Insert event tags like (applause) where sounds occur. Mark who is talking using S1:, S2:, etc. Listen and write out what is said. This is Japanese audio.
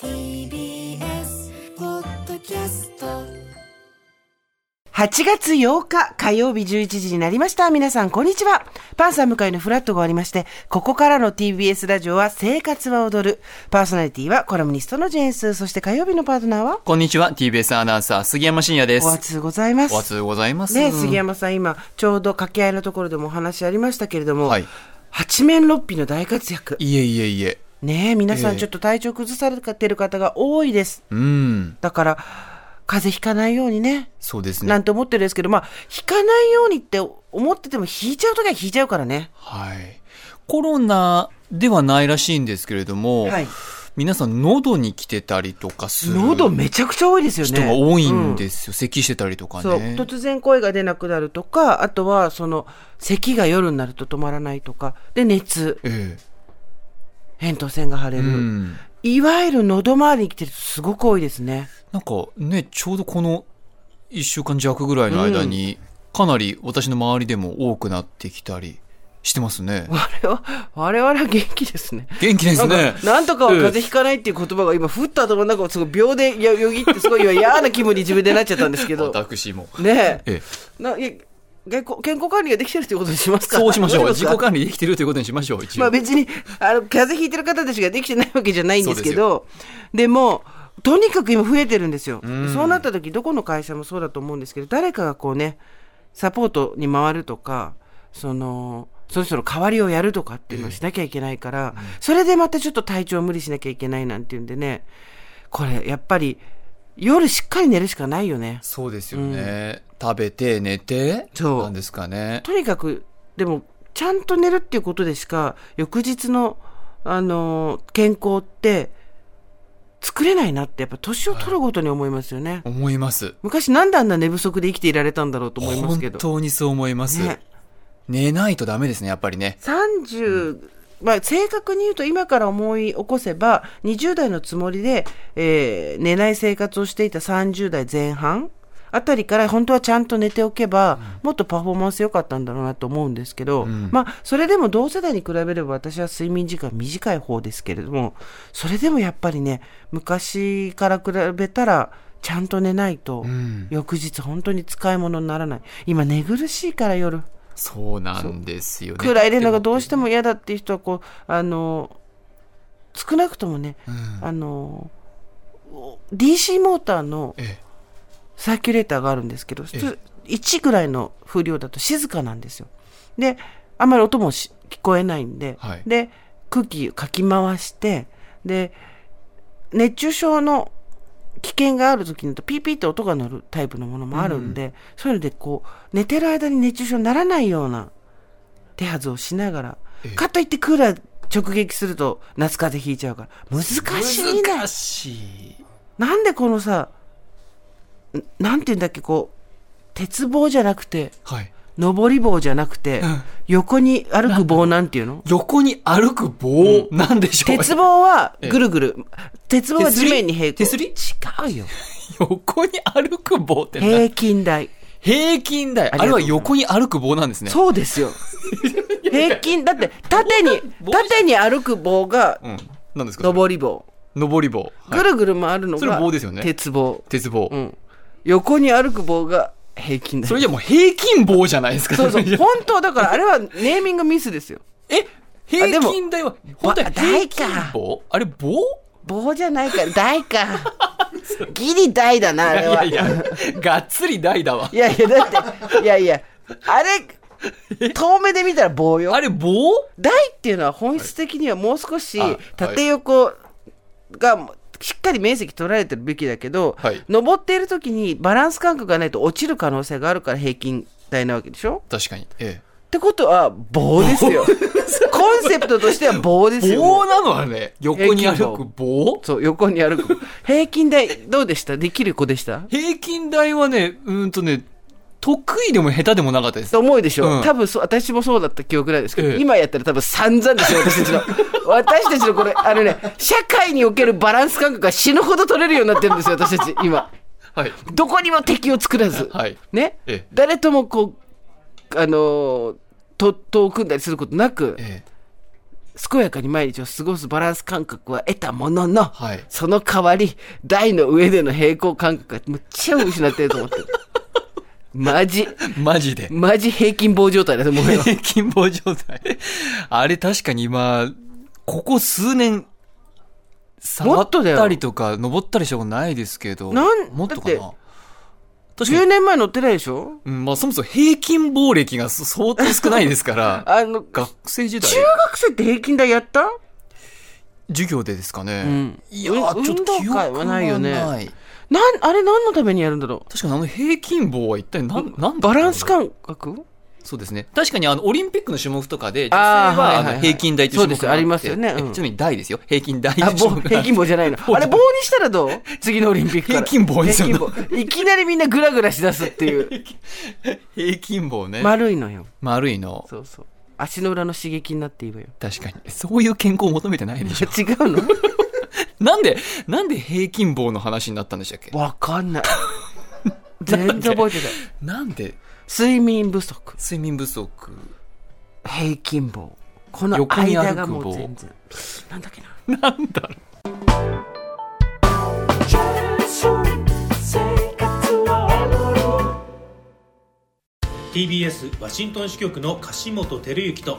S1: TBS ポッドキャスト
S2: 8月8日火曜日11時になりました。皆さん、こんにちは。パンサー向かいのフラットがありまして、ここからの TBS ラジオは生活は踊る。パーソナリティはコラムニストのジェーンスー、そして火曜日のパートナーは
S3: こんにちは、TBS アナウンサー、杉山真也で
S2: お
S3: す。
S2: 熱ございます。
S3: お熱ございます。
S2: ねえ杉山さん、今、ちょうど掛け合いのところでもお話ありましたけれども、
S3: はい
S2: 八面六臂の大活躍。
S3: いえいえいえ。
S2: ねえ、皆さ
S3: え
S2: ん
S3: え
S2: ちょっと体調崩されてる方が多いです。
S3: うん。
S2: だから、風邪ひかないようにね。
S3: そうです
S2: な
S3: ね
S2: ん。て思ってるんですけど、まあ、引かないようにって思ってても、引いちゃうときは引いちゃうからね。
S3: はい。コロナではないらしいんですけれども、
S2: はい
S3: 皆さん喉に来てたりとかする
S2: 喉めちゃくちゃ多いですよね。
S3: 人が多いん
S2: うん
S3: ですよ。咳してたりとか
S2: そう
S3: ね。
S2: 突然声が出なくなるとか、あとは、その、咳が夜になると止まらないとか、で、熱、
S3: え
S2: 扁桃腺が腫れ
S3: え。う
S2: る。
S3: ん。
S2: いわゆる喉周りに来てる人すごく多いですね。 (laughs)
S3: なんかね、ちょうどこの1週間弱ぐらいの間に、かなり私の周りでも多くなってきたりしてますね。
S2: 我々は、我々は元気ですね。
S3: 元気で
S2: な
S3: す
S2: んか
S3: ね。
S2: なんとかは風邪ひかないっていう言葉が今、ふった頭の中をすごい秒でよよぎって、すごい今嫌な気分に自分でなっちゃったんですけど。
S3: 私も。
S2: ねえ。
S3: ええ。
S2: ないや健康健康管理ができてるということにしますか
S3: そうしましょう。自己
S2: 理。
S3: 管理できてるということにしましょう。一応
S2: まあ別に、あの、風邪ひいてる方たちができてないわけじゃないんですけど、でも、とにかく今増えてるんですよ。そうなった時、どこの会社もそうだと思うんですけど、誰かがこうね、サポートに回るとか、その、その人の代わりをやるとかっていうのをしなきゃいけないから、それでまたちょっと体調を無理しなきゃいけないなんていうんでね、これ、やっぱり、夜しっかり寝るしかないよね。
S3: そうですよね。食べて、寝て、
S2: そう
S3: なんですかね。
S2: とにかくでもちゃんと寝るっていうことでしか翌日の、あのー健康って作れないなってやっぱ年を取るごとに思いますよね、
S3: 思います。
S2: 昔なんであんな寝不足で生きていられたんだろうと思いますけ
S3: 本
S2: ど
S3: 当にそう思います。
S2: ね
S3: 寝ないとダメですね、やっぱりね。
S2: 30、まあ、正確に言うと今から思い起こせば20代のつもりで、えー寝ない生活をしていた30代前半あたりから本当はちゃんと寝ておけば、もっとパフォーマンス良かったんだろうなと思うんですけど、まあそれでも同世代に比べれば私は睡眠時間短い方ですけれどもそれでもやっぱりね昔から比べたらちゃんと寝ないと、翌日本当に使い物にならない今寝苦しいから夜。
S3: そうなんですよね。
S2: 暗いレナがどう
S3: し
S2: しても嫌だっていう人はこうあの少なくともね、あの DC モーターの
S3: え
S2: サーキュレーターがあるんですけど普通1ぐらいの風量だと静かなんですよであまり音もし聞こえないんで、
S3: はい
S2: で空気かき回してで熱中症の危険がある時にとピーピーって音が鳴るタイプのものもあるんで、そういうのでこう寝てる間に熱中症にならないような手はずをしながら、かといってクーラー直撃すると夏風邪ひいちゃうから難しいね
S3: 難しい。
S2: なんでこのさんなんて言うんだっけこう鉄棒じゃなくて
S3: はい。
S2: 上り棒じゃなくて、
S3: ん
S2: 横に歩く棒なんて
S3: (laughs)
S2: いうの
S3: 横に歩く棒、なんでしょう
S2: 鉄棒はぐるぐる、鉄棒は
S3: 手す
S2: 地
S3: り
S2: 面に平行
S3: 手すり
S2: 違うよ
S3: 横に歩く棒ってな
S2: 平均台
S3: 平均台。
S2: ありが
S3: あ
S2: と
S3: れは
S2: うございます
S3: 横に歩く棒なんですね。
S2: そうですよ平均だって縦に
S3: (laughs) 棒じゃ
S2: 縦に歩く棒が
S3: うん。なんですかそれ
S2: 上り棒、
S3: 上り棒。はい
S2: ぐるぐる回るの
S3: それ
S2: が
S3: 棒ですよね
S2: 鉄棒、
S3: 鉄棒
S2: う。ん、横に歩く棒が平均台
S3: それじゃもう平均棒じゃないですか。
S2: そうそう
S3: れじゃ
S2: 本当だからあれはネーミングミスですよ
S3: え
S2: あで
S3: 平
S2: も
S3: 均台は、本当に平均
S2: 台か
S3: 棒あれ棒
S2: 棒じゃないから
S3: (laughs)
S2: 台かギリ台だなあれ
S3: いや
S2: はい
S3: や、がっつり台だわ
S2: い。やいやだっていやいやあれ遠目で見たら棒よ
S3: あれ棒
S2: 台っていうのは本質的にはもう少し
S3: はい
S2: 縦横がしっかり面積取られてるべきだけど、
S3: はい
S2: 登っている時にバランス感覚がないと落ちる可能性があるから平均台なわけでしょ
S3: 確かに。ええ。
S2: ってことは棒ですよ (laughs) コンセプトとしては棒ですよ
S3: 棒なのあれ横に歩く棒
S2: そう横に歩く平均台どうでしたできる子でした
S3: 平均台はねうーんとね得意でも下手でもなかったです
S2: と思うでしょ、
S3: うん
S2: 多分そう私もそうだった記憶ないですけど、
S3: ええ
S2: 今やったら多分散々ですよ
S3: (laughs)
S2: 私たちの私たちのこれあのね社会におけるバランス感覚が死ぬほど取れるようになってるんですよ私たち今
S3: はい
S2: どこにも敵を作らず、
S3: はい
S2: ね、
S3: ええ
S2: 誰ともこうあのーととを組んだりすることなく、
S3: ええ
S2: 健やかに毎日を過ごすバランス感覚は得たものの、
S3: はい
S2: その代わり台の上での平行感覚がむっちゃ失ってると
S3: (laughs)
S2: 思ってるマジ
S3: マジで
S2: マジ平均棒状態だと思うよ (laughs)
S3: 平均棒状態あれ確かに今ここ数年
S2: も
S3: 触
S2: っとだよ
S3: ったりとか登ったりしたことないですけど
S2: なん
S3: もっとか
S2: だっ
S3: な確か
S2: 10
S3: に、
S2: 年前乗ってないでしょ
S3: うんまあ、そもそも平均暴歴がそ相当少ないですから
S2: (laughs) あの、中
S3: 学生時代
S2: 学生って平均台やった
S3: 授業でですかね、
S2: ん
S3: いや
S2: う
S3: ーちょっと
S2: 運
S3: 記
S2: 動
S3: 憶
S2: 会は
S3: は
S2: な
S3: ないい
S2: よ
S3: よ
S2: ね
S3: ね
S2: なん、あれ何のためにやるんだろ
S3: 確かにあの平均棒は一体何、ん、なん
S2: うバランス感覚
S3: そうですね。確かにあの、オリンピックの種目とかで、女性はあ
S2: あーはいはいはい
S3: の平均台という種目
S2: そうですありますよね
S3: があって
S2: うん
S3: えちなみに台ですよ。平均台とい
S2: あ、
S3: う種
S2: 棒、
S3: 目が
S2: 平均棒じゃないの。あれ棒にしたらどう次のオリンピックから。
S3: 平均棒にするの
S2: 平均棒いきなりみんなグラグラしだすっていう。
S3: 平均棒ね。
S2: 丸いのよ。
S3: 丸いの。
S2: そうそう。足の裏の刺激になっていいわよ。
S3: 確かに。そういう健康を求めてないで
S2: (laughs)
S3: しょ。
S2: 違うの
S3: なんで、なんで平均棒の話になったんでしたっけ
S2: わかんない。 (laughs) 全然覚えてない。
S3: なんで、
S2: 睡眠不足。
S3: 睡眠不足。
S2: 平均棒。この
S3: 横に
S2: 間
S3: 歩
S2: が
S3: く棒
S2: もう全然。なんだっけな。
S3: なんだろう。
S4: TBS ワシントン支局の樫本照之と